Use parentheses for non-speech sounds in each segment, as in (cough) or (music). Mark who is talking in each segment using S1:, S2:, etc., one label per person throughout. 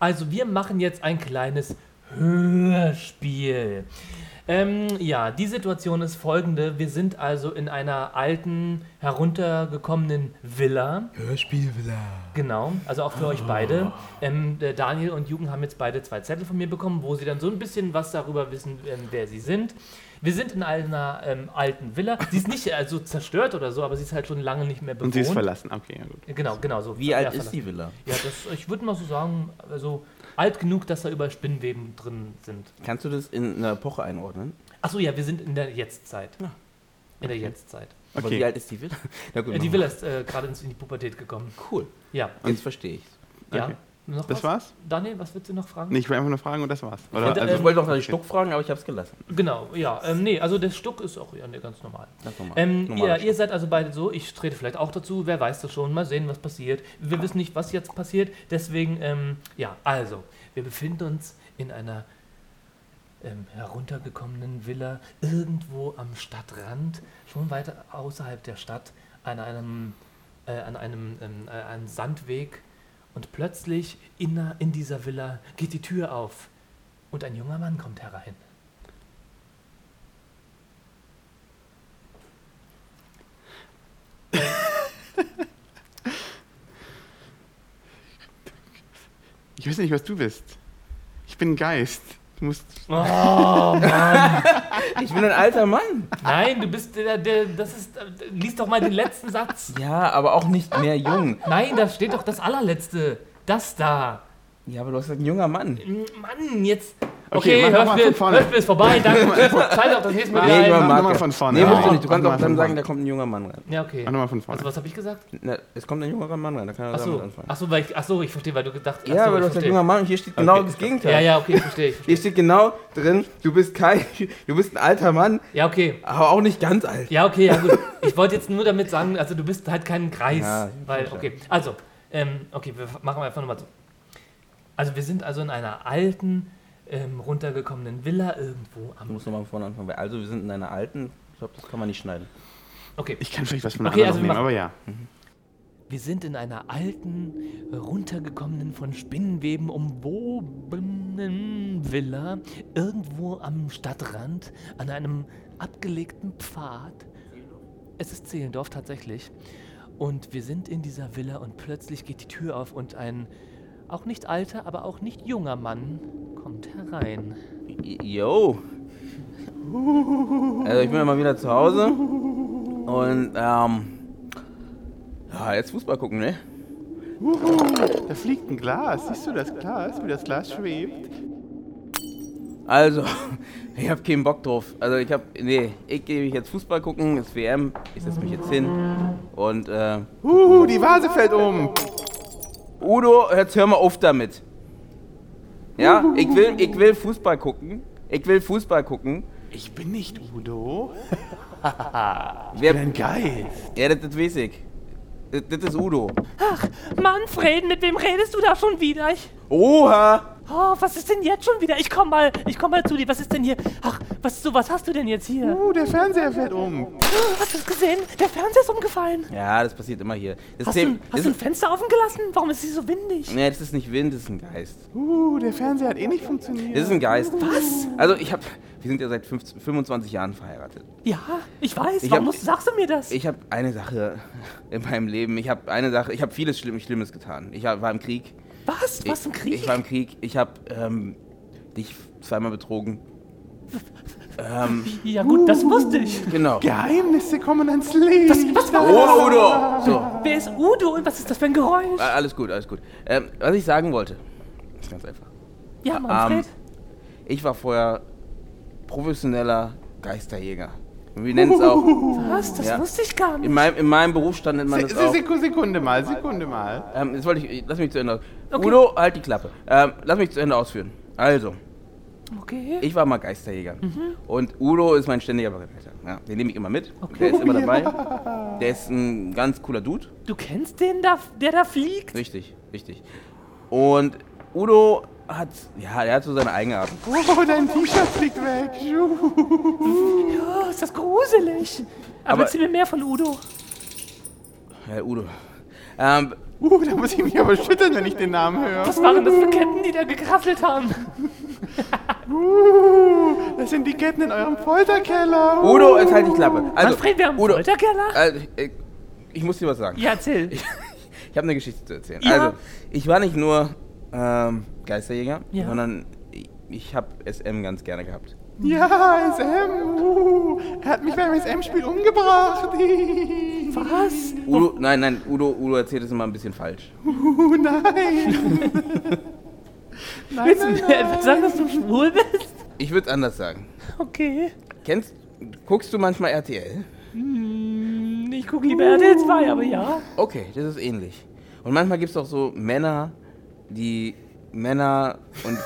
S1: Also wir machen jetzt ein kleines Hörspiel. Ähm, ja, die Situation ist folgende. Wir sind also in einer alten, heruntergekommenen Villa.
S2: Hörspielvilla.
S1: Genau, also auch für euch beide. Ähm, der Daniel und Jugend haben jetzt beide zwei Zettel von mir bekommen, wo sie dann so ein bisschen was darüber wissen, ähm, wer sie sind. Wir sind in einer ähm, alten Villa. Sie ist nicht also zerstört oder so, aber sie ist halt schon lange nicht mehr bewohnt.
S3: Und sie ist verlassen. Ah, Okay, ja gut.
S1: Genau, genau so.
S4: Wie
S1: Ja,
S4: alt ist
S1: verlassen.
S4: die Villa?
S1: Ja, das, ich würde mal so sagen, also alt genug, dass da über Spinnweben drin sind.
S4: Kannst du das in einer Epoche einordnen?
S1: Achso, ja, wir sind in der Jetztzeit. In der Jetztzeit.
S4: Aber
S3: Okay.
S4: wie alt ist
S3: (laughs)
S4: die Villa? Na gut,
S1: Äh, die
S4: machen
S1: Villa ist äh, gerade ins- in die Pubertät gekommen.
S4: wir. Cool.
S1: Ja,
S4: Jetzt verstehe ich.
S1: ja.
S3: Okay.
S1: Noch
S3: Das
S1: was?
S3: war's?
S1: Daniel, was willst du noch fragen?
S3: Nee, ich will einfach nur fragen und das war's. Oder?
S1: wollte,
S4: Also ich
S1: ähm,
S4: wollte noch nach den Stuck fragen, aber ich habe es gelassen.
S1: Genau, ja. Ähm, nee, also der Stuck ist auch ja, nee, ganz normal.
S4: Lass nochmal.
S1: Ähm,
S4: Normaler
S1: ja, ihr seid also beide so, ich trete vielleicht auch dazu, wer weiß das schon, mal sehen, was passiert. Wir wissen nicht, was jetzt passiert, deswegen, ähm, ja, also, wir befinden uns in einer ähm, heruntergekommenen Villa, irgendwo am Stadtrand, schon weiter außerhalb der Stadt, an einem, äh, an einem, ähm, äh, einem Sandweg. Und plötzlich in, der- in dieser Villa geht die Tür auf und ein junger Mann kommt herein.
S3: Ich weiß nicht, was du bist. Ich bin ein Geist. Du musst.
S1: Oh,
S4: Mensch. Ich bin ein alter Mann.
S1: Nein, du bist der, der das ist, äh, lies doch mal den letzten Satz.
S4: Ja, aber auch nicht mehr jung.
S1: Nein, da steht doch das allerletzte. Das da.
S4: Ja, aber du hast halt ein junger Mann.
S1: M- Mann, jetzt.
S3: Okay,
S1: Okay, okay
S3: mach noch mal
S1: Hörspiel
S3: von vorne.
S1: Hörspiel ist vorbei, danke. Schalt auch das nächste Mal
S4: Nee,
S1: wieder
S4: ich
S1: ein.
S4: mach-
S3: nochmal
S4: Marke.
S3: von vorne.
S4: Nee, musst
S1: Ja.
S4: du nicht. Du kannst
S3: Mach
S4: auch
S3: mal
S4: dann
S3: von
S4: sagen,
S3: vorne.
S4: da kommt ein junger Mann rein.
S1: Ja, okay.
S3: Mach nochmal von vorne.
S1: Also, was habe ich gesagt?
S4: Na, es kommt ein junger Mann rein, da kann er damit
S1: Achso,
S4: anfangen.
S1: achso, weil ich, achso, ich verstehe, weil du gedacht hast.
S4: ja, aber
S1: ich
S4: du hast ein
S1: verstehe.
S4: junger Mann und hier steht genau
S3: Okay,
S4: das
S3: ich
S4: Gegenteil.
S1: Ja, ja, okay, ich verstehe. Ich
S4: Hier
S1: verstehe.
S4: steht genau drin, du bist kein, (laughs) du bist ein alter Mann,
S1: Ja, okay.
S4: aber auch nicht ganz alt.
S1: Ja, okay, ja gut. Ich wollte jetzt nur damit sagen, also du bist halt kein Kreis.
S4: Ja,
S1: weil,
S4: schon
S1: okay, also, ähm, okay, wir machen einfach nochmal so. Also wir sind also in einer alten, ähm, runtergekommenen Villa irgendwo
S4: Du
S1: am...
S4: musst nochmal von vorne anfangen. weil Also wir sind in einer alten, ich glaube, das kann man nicht schneiden.
S1: Okay,
S3: Ich kann vielleicht was von einer
S1: Okay,
S3: anderen
S1: also wir
S3: nehmen,
S1: machen-
S3: aber ja.
S1: wir sind in einer alten, runtergekommenen, von Spinnenweben umwobenen Villa irgendwo am Stadtrand an einem abgelegten Pfad. Es ist Zehlendorf tatsächlich. Und wir sind in dieser Villa und plötzlich geht die Tür auf und ein auch nicht alter, aber auch nicht junger Mann kommt herein.
S4: Yo. Also ich bin ja mal wieder zu Hause und ähm, ja, jetzt Fußball gucken, ne?
S3: Da fliegt ein Glas. Siehst du das Glas, wie das Glas schwebt?
S4: Also, (laughs) ich habe keinen Bock drauf. Also ich habe, nee, ich gehe mich jetzt Fußball gucken, ist WM, ich setze mich jetzt hin und äh,
S3: Huhu, die Vase fällt um.
S4: Udo, jetzt hör mal auf damit. Ja, ich will, ich will Fußball gucken. Ich will Fußball gucken.
S3: Ich bin nicht Udo.
S4: Wer,
S3: Ein Geist.
S4: ja, das, das weiß ich. Das, das ist Udo.
S5: Ach, Manfred, mit wem redest du da schon wieder? Ich,
S4: Oha!
S5: oh, was ist denn jetzt schon wieder? Ich komm mal, ich komm mal zu dir. Was ist denn hier? Ach, was so, was hast du denn jetzt hier?
S3: Uh, der Fernseher fällt um.
S5: Oh, Hast du es gesehen? Der Fernseher ist umgefallen.
S4: Ja, das passiert immer hier. Das
S5: Hast,
S4: ist-
S5: du, hast
S4: das
S5: du ein
S4: ist,
S5: Fenster offen gelassen? Warum ist sie so windig?
S4: nee, das ist nicht Wind, das ist ein Geist.
S3: Uh, der Fernseher hat eh nicht funktioniert.
S4: Das ist ein Geist. Was? Also ich hab, wir sind ja seit 15, 25 Jahren verheiratet.
S5: Ja, ich weiß.
S4: Ich
S5: Warum
S4: hab-
S5: musst, sagst du mir das?
S4: Ich habe eine Sache (laughs) in meinem Leben. Ich habe eine Sache. Ich habe vieles Schlimmes, Schlimmes getan. Ich hab, war im Krieg.
S5: was? Was, ein
S4: Ich-
S5: Krieg?
S4: Ich war im Krieg. Ich habe ähm, dich zweimal betrogen. ähm,
S5: ja gut, das wusste ich.
S4: genau.
S3: Geheimnisse kommen ans Licht.
S5: Was war das?
S4: Oh, Udo! So,
S5: Wer ist Udo und was ist das für ein Geräusch?
S4: a- alles gut, alles gut. Ähm, was ich sagen wollte, ist ganz einfach.
S5: ja, Manfred.
S4: Ich war vorher professioneller Geisterjäger. Wir nennen es
S5: (laughs)
S4: auch.
S5: was? Das
S4: ähm, ja.
S5: wusste ich gar nicht.
S4: In meinem, in meinem Beruf stand nennt man
S3: Se-
S4: das
S3: se-
S4: auch.
S3: Sekunde, Sekunde mal, Sekunde mal.
S4: Ähm, jetzt wollte ich, lass mich zu Ende aus. Udo, halt die Klappe. Ähm, lass mich zu Ende ausführen. Also,
S5: Okay.
S4: ich war mal Geisterjäger.
S1: Mhm.
S4: Und Udo ist mein ständiger Begleiter. Ja, den nehme ich immer mit. Der ist immer dabei.
S1: (laughs)
S4: Der ist ein ganz cooler Dude.
S5: Du kennst den da, der da fliegt?
S4: Richtig, richtig. Und Udo hat, ja, er hat so seine eigene Art.
S3: Oh, dein T-Shirt fliegt weg.
S5: Oh, ist das gruselig. Aber,
S4: Aber-
S5: erzähl mir mehr von Udo.
S4: Ja, Udo. Ähm,
S3: Uh, da muss ich mich aber schütteln, wenn ich den Namen höre.
S1: Was waren das für Ketten, die da gekrasselt haben?
S3: Uh, das sind die Ketten in eurem Folterkeller. Uh.
S4: Udo, jetzt halt die Klappe. Also,
S1: Manfred, wir haben
S4: Udo,
S1: Folterkeller?
S4: also, ich, ich muss dir was sagen.
S1: Ja, erzähl.
S4: Ich habe eine Geschichte zu erzählen.
S1: Ja.
S4: Also, ich war nicht nur ähm, Geisterjäger,
S1: Ja.
S4: sondern ich, ich habe SM ganz gerne gehabt.
S3: Ja, SM. Uh, er hat mich beim SM-Spiel umgebracht.
S1: Was?
S4: Udo, nein, nein, Udo, Udo erzählt es immer ein bisschen falsch.
S3: Uh, nein. nein,
S1: Willst du
S3: nein,
S1: mir
S3: nein.
S1: einfach sagen, dass du schwul bist?
S4: Ich würde es anders sagen.
S1: Okay.
S4: Kennst, guckst du manchmal RTL?
S1: Hm, Ich gucke lieber RTL 2, aber ja.
S4: Okay, das ist ähnlich. Und manchmal gibt es auch so Männer, die Männer und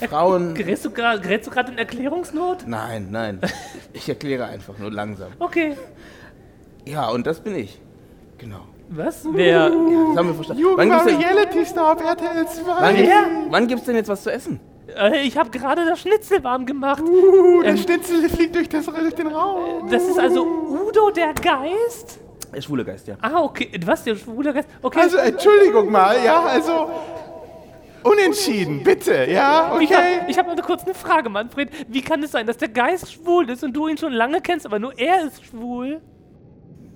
S3: Uh.
S4: Frauen...
S1: Gerätst du gerade in Erklärungsnot?
S4: Nein, nein. Ich erkläre einfach nur langsam.
S1: Okay.
S4: Ja, und das bin ich. Genau.
S1: Was? Wer?
S4: Ja, das haben wir verstanden.
S3: Jugend
S4: Wann
S3: war
S4: gibt's denn,
S3: Reality Star auf RTL 2.
S4: wann gibt's,
S1: Ja.
S4: wann gibt's denn jetzt was zu essen?
S1: Äh, ich habe gerade das Schnitzel warm gemacht.
S3: Uh, der
S1: Ähm.
S3: Schnitzel fliegt durch, das, durch den Raum.
S1: Das ist also Udo der Geist?
S4: Der schwule Geist, ja.
S1: Ah, okay. Was, der schwule Geist? Okay.
S3: Also, Entschuldigung mal, ja, also. Unentschieden, bitte, ja,
S1: Ich
S3: okay.
S1: habe ich hab mal kurz eine Frage, Manfred. Wie kann es sein, dass der Geist schwul ist und du ihn schon lange kennst, aber nur er ist schwul?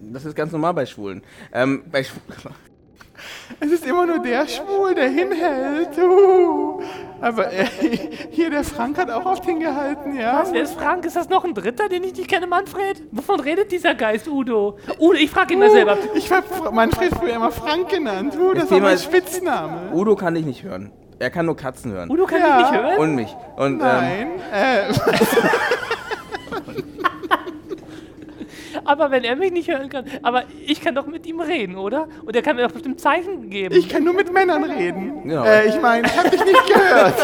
S4: Das ist ganz normal bei Schwulen. Ähm, bei Schw (laughs)
S3: Es ist immer nur der Schwul, der hinhält. Uh. Aber äh, hier, der Frank hat auch auf den gehalten, ja.
S1: Wer ist Frank? Ist das noch ein Dritter, den ich nicht kenne, Manfred? Wovon redet dieser Geist, Udo? Udo, ich frage ihn
S3: Uh.
S1: mal selber.
S3: Ich habe Manfred früher immer Frank genannt. Uh, das
S4: Thema
S3: war mein
S4: ist-
S3: Spitzname.
S4: Udo kann dich nicht hören. Er kann nur Katzen hören.
S1: Udo kann
S3: Ja.
S1: dich nicht hören?
S4: Und mich. Und, Ähm,
S3: Nein, äh,
S1: Aber wenn er mich nicht hören kann, aber ich kann doch mit ihm reden, oder? Und er kann mir doch bestimmt Zeichen geben.
S3: ich kann nur mit Männern reden.
S4: Genau.
S3: Äh, ich meine, ich habe dich nicht gehört.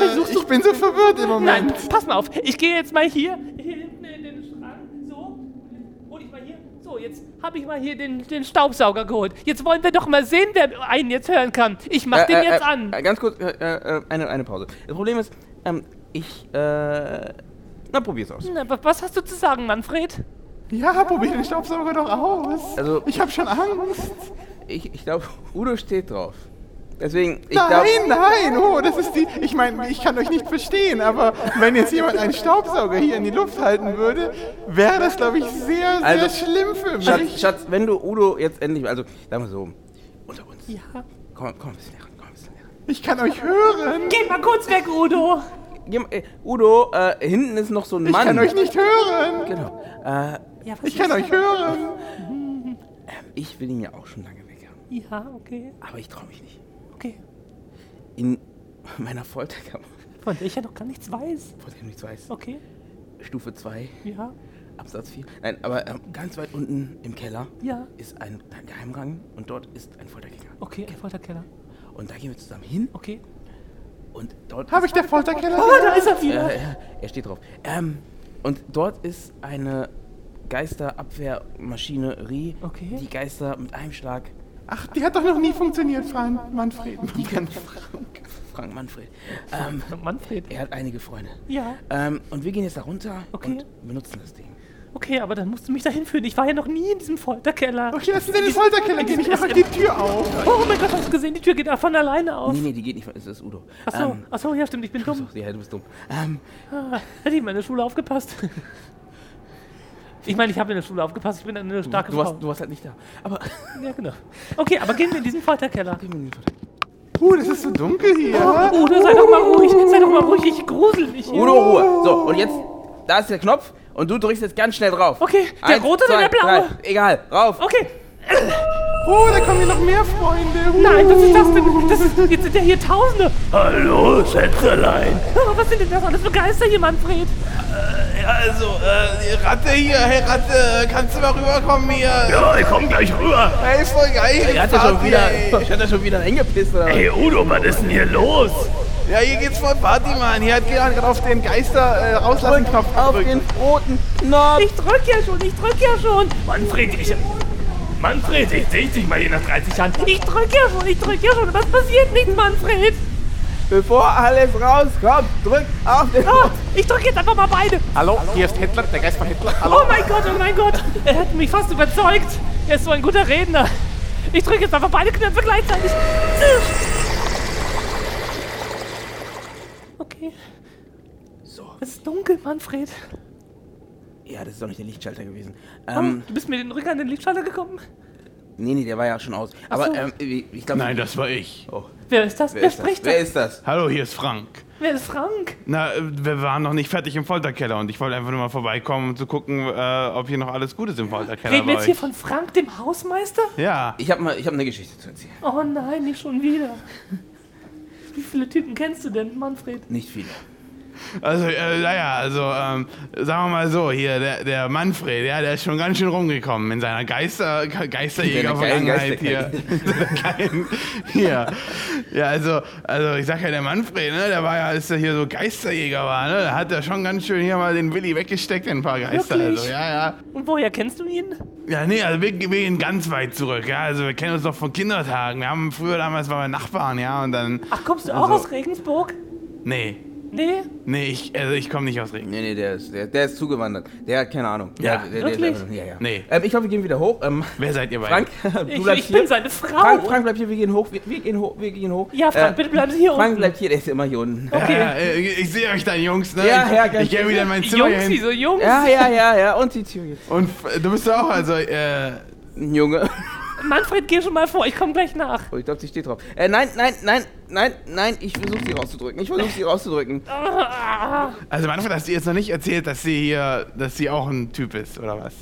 S3: äh, ich bin so verwirrt im Moment.
S1: Nein, pass mal auf. Ich gehe jetzt mal hier, hier hinten in den Schrank, so. und jetzt hol ich mal hier. So, jetzt habe ich mal hier den, den Staubsauger geholt. Jetzt wollen wir doch mal sehen, wer einen jetzt hören kann. Ich mach den
S4: äh,
S1: jetzt
S4: äh,
S1: an.
S4: äh, Ganz kurz, äh, äh, eine, eine Pause. Das Problem ist, ähm, ich, äh, na, probier's aus.
S1: Na, wa- was hast du zu sagen, Manfred?
S3: Ja, probier den Staubsauger doch aus.
S4: Also-
S3: ich habe schon Angst.
S4: Ich, ich glaube, (laughs) Udo steht drauf. Deswegen, ich glaube...
S3: nein, nein, oh, das ist die. Ich meine, ich kann euch nicht verstehen, aber wenn jetzt jemand einen Staubsauger hier in die Luft halten würde, wäre das, glaube ich, sehr, sehr
S4: Also,
S3: schlimm für mich.
S4: Schatz, Schatz, wenn du Udo jetzt endlich, also, sagen wir so, unter uns. Ja. Komm, komm ein bisschen näher ran, komm ein bisschen näher ran.
S3: Ich kann euch hören.
S1: Geh mal kurz weg, Udo.
S4: Geh mal, äh, Udo, äh, hinten ist noch so ein
S3: Ich
S4: Mann.
S3: kann euch nicht hören.
S4: Genau. Äh,
S1: Ja, was
S3: Ich kann euch hören.
S4: ich will ihn ja auch schon lange weg haben.
S1: Ja, okay,
S4: Aber ich traue mich nicht.
S1: okay.
S4: In meiner (laughs) Folterkammer,
S1: Von der ich ja noch gar nichts weiß.
S4: von der du nichts weißt,
S1: Okay,
S4: Stufe 2,
S1: ja,
S4: Absatz 4. Nein, aber ähm, ganz weit unten im Keller
S1: Ja.
S4: ist ein Geheimrang und dort ist ein Foltergänger.
S1: okay, ein Folterkeller.
S4: Und da gehen wir zusammen hin
S1: Okay.
S4: und dort
S3: Habe
S4: ist,
S3: ich der Folterkeller?
S1: Oh, da ist er wieder.
S4: äh, äh, er steht drauf. Ähm, und dort ist eine Geisterabwehrmaschinerie,
S1: Okay.
S4: die Geister mit einem Schlag
S3: Ach, die hat doch noch nie funktioniert, Frank. Manfred.
S4: Frank Manfred. Ähm,
S1: Äh, Manfred.
S4: er hat einige Freunde.
S1: Ja,
S4: Ähm, und wir gehen jetzt da runter
S1: Okay.
S4: und benutzen das Ding.
S1: okay, aber dann musst du mich dahin führen. Ich war ja noch nie in diesem Folterkeller.
S3: Okay, lass uns in den Folterkeller gehen. Ich mache euch die Tür auf.
S1: Oh mein Gott, hast du gesehen? Die Tür geht von alleine auf.
S4: Nee, nee, die geht nicht. Es ist Udo.
S1: Achso,
S4: Ähm,
S1: achso, ja stimmt, ich bin dumm.
S4: so, ja, du bist dumm. Ähm,
S1: Ah, Hätte ich in meiner Schule aufgepasst. Ich meine, ich habe in der Schule aufgepasst, ich bin eine starke
S4: du,
S1: Frau.
S4: warst, du warst halt nicht da.
S1: (laughs)
S4: Aber
S1: Ja, genau. Okay, aber gehen wir in diesen Folterkeller.
S3: Uh, das ist so dunkel
S4: Oh.
S3: hier.
S1: Udo, sei doch mal ruhig, sei doch mal ruhig, ich grusel mich hier.
S4: Udo, Ruhe. So, und jetzt, da ist der Knopf und du drückst jetzt ganz schnell drauf.
S1: Okay, der rote oder der blaue?
S4: Drei. Egal, rauf.
S1: Okay,
S3: Oh, da kommen hier noch mehr Freunde. Uh.
S1: nein, was ist das denn? Das ist, jetzt sind ja hier Tausende.
S5: Hallo, Schätzelein.
S1: Oh, was sind denn das alles für Geister hier, Manfred?
S3: Also, äh, Ratte hier, hey Ratte, kannst du mal rüberkommen hier?
S5: Ja, ich komm gleich rüber.
S3: Hey, voll geil.
S4: Er hat ja schon wieder, ich hat ja schon wieder hingepisst oder was?
S5: Hey Udo, was ist denn hier los?
S3: Ja, hier geht's voll Party, Mann. Hier hat gerade auf den Geister äh, rauslassen Knopf
S4: Auf
S3: gedrückt.
S4: den roten Knopf.
S1: Ich drück ja schon, ich drück ja schon.
S5: Manfred, ich. Manfred, ich seh dich mal hier nach 30 Jahren.
S1: Ich drück ja schon, ich drück ja schon. Was passiert nicht, Manfred?
S4: Bevor alles rauskommt, drück auf den
S1: Ah, ich drück jetzt einfach mal beide.
S3: Hallo, hier ist Hitler, der Geist von Hitler.
S1: Oh mein Gott, oh mein Gott! Er hat mich fast überzeugt. Er ist so ein guter Redner. Ich drücke jetzt einfach beide Knöpfe gleichzeitig. Okay.
S4: So.
S1: Es ist dunkel, Manfred.
S4: Ja, das ist doch nicht der Lichtschalter gewesen.
S1: Komm,
S4: Ähm,
S1: du bist mit den Rücken an den Lichtschalter gekommen.
S4: nee, nee, der war ja schon aus. Aber
S1: so.
S4: ähm, ich glaube.
S3: Nein, das war ich.
S4: Oh,
S1: Wer ist das?
S4: wer,
S1: Wer,
S4: ist das?
S1: spricht
S4: Wer
S1: das?
S4: ist das?
S3: Hallo, hier ist Frank.
S1: Wer ist Frank?
S3: Na, äh, wir waren noch nicht fertig im Folterkeller und ich wollte einfach nur mal vorbeikommen, um zu gucken, äh, ob hier noch alles gut ist im Folterkeller.
S1: Reden wir
S3: bei
S1: jetzt hier
S3: euch.
S1: von Frank, dem Hausmeister?
S3: ja,
S4: Ich habe hab eine Geschichte zu erzählen.
S1: Oh nein, nicht schon wieder. Wie viele Typen kennst du denn, Manfred?
S4: Nicht viele.
S3: also, äh, naja, also, ähm, sagen wir mal so, hier, der, der Manfred, ja, der ist schon ganz schön rumgekommen in seiner Geister, Ge- Geisterjäger-Vergangenheit
S4: Seine
S3: hier. (laughs) Klein-
S4: kleinen
S3: hier. Ja, also, also, ich sag ja, der Manfred, ne, der war ja, als er hier so Geisterjäger war, ne, da hat er schon ganz schön hier mal den Willi weggesteckt, in ein paar Geister.
S1: Wirklich?
S3: Also, ja, ja.
S1: Und woher kennst du ihn?
S3: Ja, nee, also wir, wir gehen ganz weit zurück. Ja, also wir kennen uns noch von Kindertagen. Wir haben früher damals waren wir Nachbarn, ja, und dann.
S1: Ach, kommst du auch
S3: Also-
S1: aus Regensburg?
S3: Nee,
S1: Nee?
S3: nee, ich, also ich komme nicht aus Regen.
S4: Nee, nee, der ist, der, der ist zugewandert. Der hat keine Ahnung.
S3: Ja,
S4: der, der,
S1: wirklich?
S4: Der, ja, ja.
S3: Nee.
S4: Ähm, ich hoffe, wir gehen wieder hoch. Ähm,
S3: Wer seid ihr beide?
S4: Frank, (laughs) du
S1: Ich,
S4: bleibst
S1: ich
S4: hier.
S1: bin seine Frau.
S4: Frank, Frank, bleib hier, wir gehen hoch, wir, wir gehen hoch, wir gehen hoch. Äh,
S1: Ja, Frank, bitte bleiben Sie hier
S4: Frank
S1: unten. Oh.
S4: bleibt hier, der ist immer hier unten.
S1: Okay.
S3: Ja, äh, ich sehe euch dann, Jungs, ne?
S4: Ja,
S3: ich
S4: ja, ganz
S3: ich gehe wieder in mein Zimmer
S1: Jungs, die
S3: hin.
S1: so jung.
S4: Ja, ja, ja, ja, und die Tür jetzt.
S3: Und f- du bist doch auch, also, äh,
S4: Ein Junge.
S1: Manfred, geh schon mal vor, ich komme gleich nach.
S4: Oh, ich glaube, sie steht drauf. Äh, nein, nein, nein, nein, nein, ich versuche sie rauszudrücken. Ich versuche sie rauszudrücken.
S1: Ah,
S3: also Manfred, hast du jetzt noch nicht erzählt, dass sie hier, dass sie auch ein Typ ist, oder was?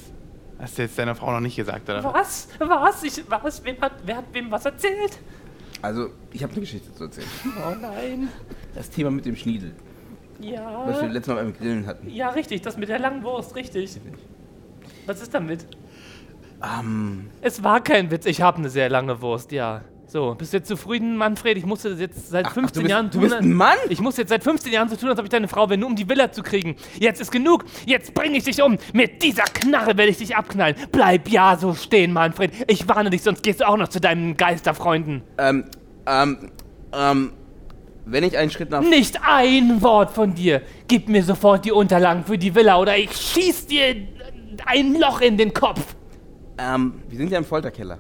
S3: Hast du jetzt deiner Frau noch nicht gesagt, oder?
S1: was? Was? Ich, was? Wem hat, wer hat wem was erzählt?
S4: Also, ich habe eine Geschichte zu erzählen.
S1: Oh nein.
S4: Das Thema mit dem Schniedel, was wir
S1: Ja.
S4: letztes Mal beim Grillen hatten.
S1: Ja, richtig, das mit der langen Wurst, richtig. Was ist damit?
S4: Ähm,
S1: Es war kein Witz, ich habe eine sehr lange Wurst, ja. So, bist du jetzt zufrieden, Manfred? Ich musste das jetzt seit 15
S4: du bist,
S1: Jahren
S4: du bist ein
S1: tun. äh,
S4: Mann?
S1: Ich muss jetzt seit 15 Jahren so tun, als ob ich deine Frau bin, nur um die Villa zu kriegen. Jetzt ist genug. Jetzt bringe ich dich um. Mit dieser Knarre werde ich dich abknallen. Bleib ja so stehen, Manfred. Ich warne dich, sonst gehst du auch noch zu deinen Geisterfreunden.
S4: Ähm, ähm, ähm, wenn ich einen Schritt nach
S1: Nicht ein Wort von dir. Gib mir sofort die Unterlagen für die Villa oder ich schieß dir ein Loch in den Kopf.
S4: Ähm, wir sind ja im Folterkeller.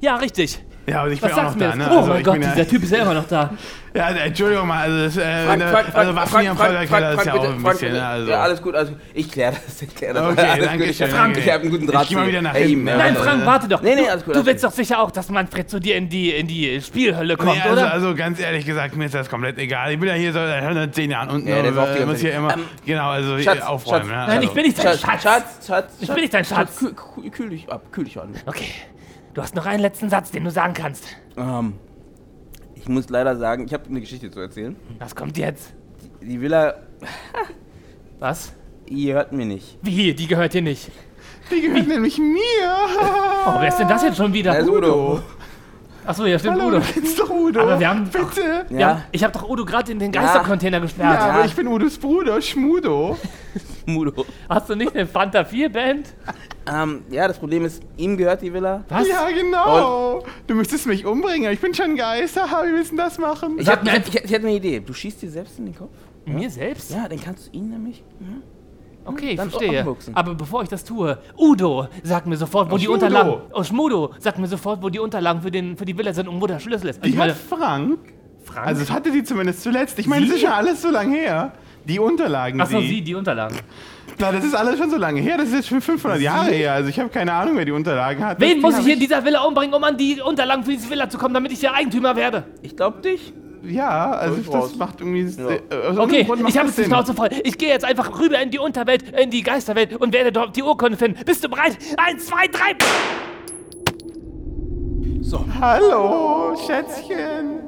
S1: Ja, richtig.
S3: Ja, und ich
S1: Was
S3: bin auch
S1: sagst
S3: noch
S1: du mir jetzt?
S3: da, ne?
S1: Oh
S3: also,
S1: mein
S3: ich
S1: Gott,
S3: bin ja,
S1: dieser Typ ist ja immer noch da.
S3: ja, Entschuldigung mal, also, das, äh, wenn du- also Waffen hier im Folterkeller ist ja auch ein bisschen, ne, also.
S4: Ja, alles gut, alles gut. Ich kläre das, ich kläre das.
S3: Okay,
S4: alles
S3: danke schön,
S4: Frank,
S3: danke.
S4: ich habe einen guten
S3: Ich
S4: Draht.
S3: geh mal
S4: zu dir.
S3: wieder nach
S4: Hey,
S3: hinten,
S4: Mann.
S3: ne?
S1: Nein, Frank, warte doch.
S4: Äh, Nee, nee,
S1: du,
S4: alles gut,
S1: du
S4: alles
S1: willst
S4: gut.
S1: doch sicher auch, dass Manfred zu dir in die, in die Spielhölle kommt,
S3: Nee, also,
S1: oder?
S3: also ganz ehrlich gesagt, mir ist das komplett egal. Ich bin ja hier so seit 110 Jahren unten.
S4: Ja, der ist auch die
S3: und, äh, muss
S4: ganze
S3: hier
S4: Zeit-
S3: immer,
S4: Ähm,
S3: genau, also hier
S4: Schatz,
S3: aufräumen.
S4: Schatz,
S3: ja,
S1: Nein,
S3: also.
S1: ich bin nicht dein
S4: Schatz,
S1: Schatz.
S4: Schatz, Schatz, Schatz.
S1: Ich bin nicht dein Schatz.
S4: Kühl, kühl, kühl dich ab, kühl dich an.
S1: Okay, du hast noch einen letzten Satz, den du sagen kannst.
S4: Ähm, ich muss leider sagen, ich habe eine Geschichte zu erzählen.
S1: Was kommt jetzt?
S4: Die Villa,
S1: Was?
S4: ihr hört mir nicht.
S1: Wie? Die gehört dir nicht.
S2: Die gehört
S1: (laughs)
S2: nämlich mir.
S1: Oh, wer ist denn das jetzt schon
S4: Da
S1: wieder?
S4: ist Udo.
S1: Achso, ja, stimmt,
S2: Hallo,
S1: Udo.
S2: du kennst doch Udo.
S1: Aber wir haben-
S2: Bitte.
S1: Ja. ich habe doch Udo gerade in den Geistercontainer
S2: Ja,
S1: gesperrt.
S2: aber ich bin Udos Bruder, Schmudo.
S4: Udo.
S1: Hast du nicht eine Fanta 4 Band?
S4: Ähm, ja, das Problem ist, ihm gehört die Villa.
S1: Was?
S2: Ja, genau. Du müsstest mich umbringen. Ich bin schon Geist. Haha, wir müssen das machen.
S4: Ich
S1: Sag
S4: habe
S1: mir
S4: ich, ich, ich hab eine Idee. Du schießt dir selbst in den Kopf?
S1: Mir selbst?
S4: Ja, dann kannst du ihn nämlich.
S1: Okay, ich
S4: Dann
S1: verstehe.
S4: abwuchsen.
S1: Aber bevor ich das tue, Udo, sag mir sofort, wo die
S3: Schmudo.
S1: Unterlagen. Oh, Schmudo, sag mir sofort, wo die Unterlagen für, den, für die Villa sind und wo der Schlüssel ist.
S3: Die
S1: Ich
S3: hat
S1: meine,
S3: Frank.
S1: Frank?
S3: Also das hatte sie zumindest zuletzt. Ich meine, das ist schon alles so lange her. Die Unterlagen,
S1: Achso,
S3: die.
S1: sie, die Unterlagen.
S3: Na, das ist alles schon so lange her. Das ist jetzt schon 500 Jahre her. Also ich habe keine Ahnung, wer die Unterlagen hat.
S1: Wen
S3: Das
S1: muss
S3: Ding
S1: ich hier in dieser Villa umbringen, um an die Unterlagen für diese Villa zu kommen, damit ich der Eigentümer werde?
S4: Ich glaub
S3: hab ich-
S4: dich.
S3: Ja, also
S4: Ich raus.
S3: das macht irgendwie... Äh, aus irgendeinem
S1: Okay,
S3: Grund macht
S1: ich habe jetzt
S3: das
S1: die
S3: Sinn.
S1: Schnauze voll. Ich gehe jetzt einfach rüber in die Unterwelt, in die Geisterwelt und werde dort die Urkunde finden. Bist du bereit? Eins, zwei, drei.
S2: Hallo, Schätzchen.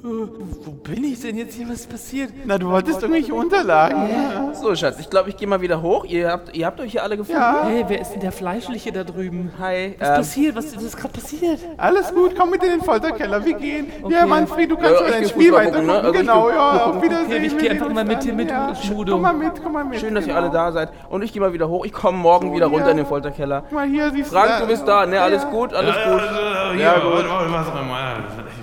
S1: Wo bin ich denn jetzt hier? Was ist passiert?
S2: Na, du wolltest irgendwelche Unterlagen.
S4: So, Schatz, ich glaube, ich gehe mal wieder hoch. Ihr habt, ihr habt euch hier alle gefunden.
S2: Ja,
S1: Hey, wer ist denn der Fleischliche da drüben?
S4: Hi. ähm,
S1: Was passiert? Was ist gerade passiert?
S2: alles gut. Komm mit in den Folterkeller. Wir gehen. Ja, Manfried, du
S4: Ja,
S2: kannst
S4: ich
S2: mal dein
S4: geh
S2: Spiel
S4: Fußball gucken, ne?
S2: weitermachen.
S4: Also ich
S2: Genau,
S4: geh
S2: ja. Auf Wiedersehen.
S1: Okay, ich
S2: wir
S1: geh
S2: sehen
S1: einfach
S2: uns
S1: mal mit
S2: dann.
S1: dir mit,
S2: Ja.
S1: Schmudo.
S2: Komm mal mit, komm mal mit.
S4: Schön, dass ihr
S2: genau.
S4: alle da seid. Und ich gehe mal wieder hoch. Ich komme morgen wieder runter in den Folterkeller.
S2: Guck mal hier, siehst
S4: Frank, du bist da. Ne, alles gut, alles
S3: Äh,
S4: gut.
S3: äh, äh,
S4: Ja,
S3: ja,
S4: gut.
S3: was auch immer.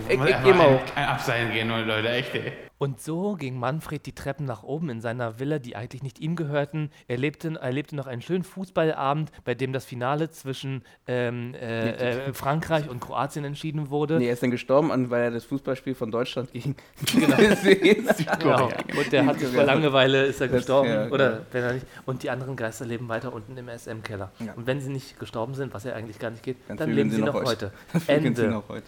S4: Ich, ich geh
S2: Einfach
S4: mal hoch.
S2: ein, ein Abseil gehen, Leute, echt, ey.
S1: Und so ging Manfred die Treppen nach oben in seiner Villa, die eigentlich nicht ihm gehörten. Er lebte, er lebte noch einen schönen Fußballabend, bei dem das Finale zwischen ähm, äh, äh, Frankreich und Kroatien entschieden wurde.
S4: Nee, er ist dann gestorben, an- weil er das Fußballspiel von Deutschland gegen (laughs) gesehen hat.
S1: Genau. Und der hat sich vor Langeweile ist er gestorben.
S4: ja,
S1: oder
S4: genau.
S1: wenn er nicht. Und die anderen Geister leben weiter unten im SM-Keller. Und wenn sie nicht gestorben sind, was ja eigentlich gar nicht geht, dann,
S4: vögeln
S1: leben
S4: sie
S1: sie
S4: noch
S1: noch
S4: (laughs) heute.
S1: heute.
S4: Dann vögeln sie
S1: Ende.
S4: noch heute.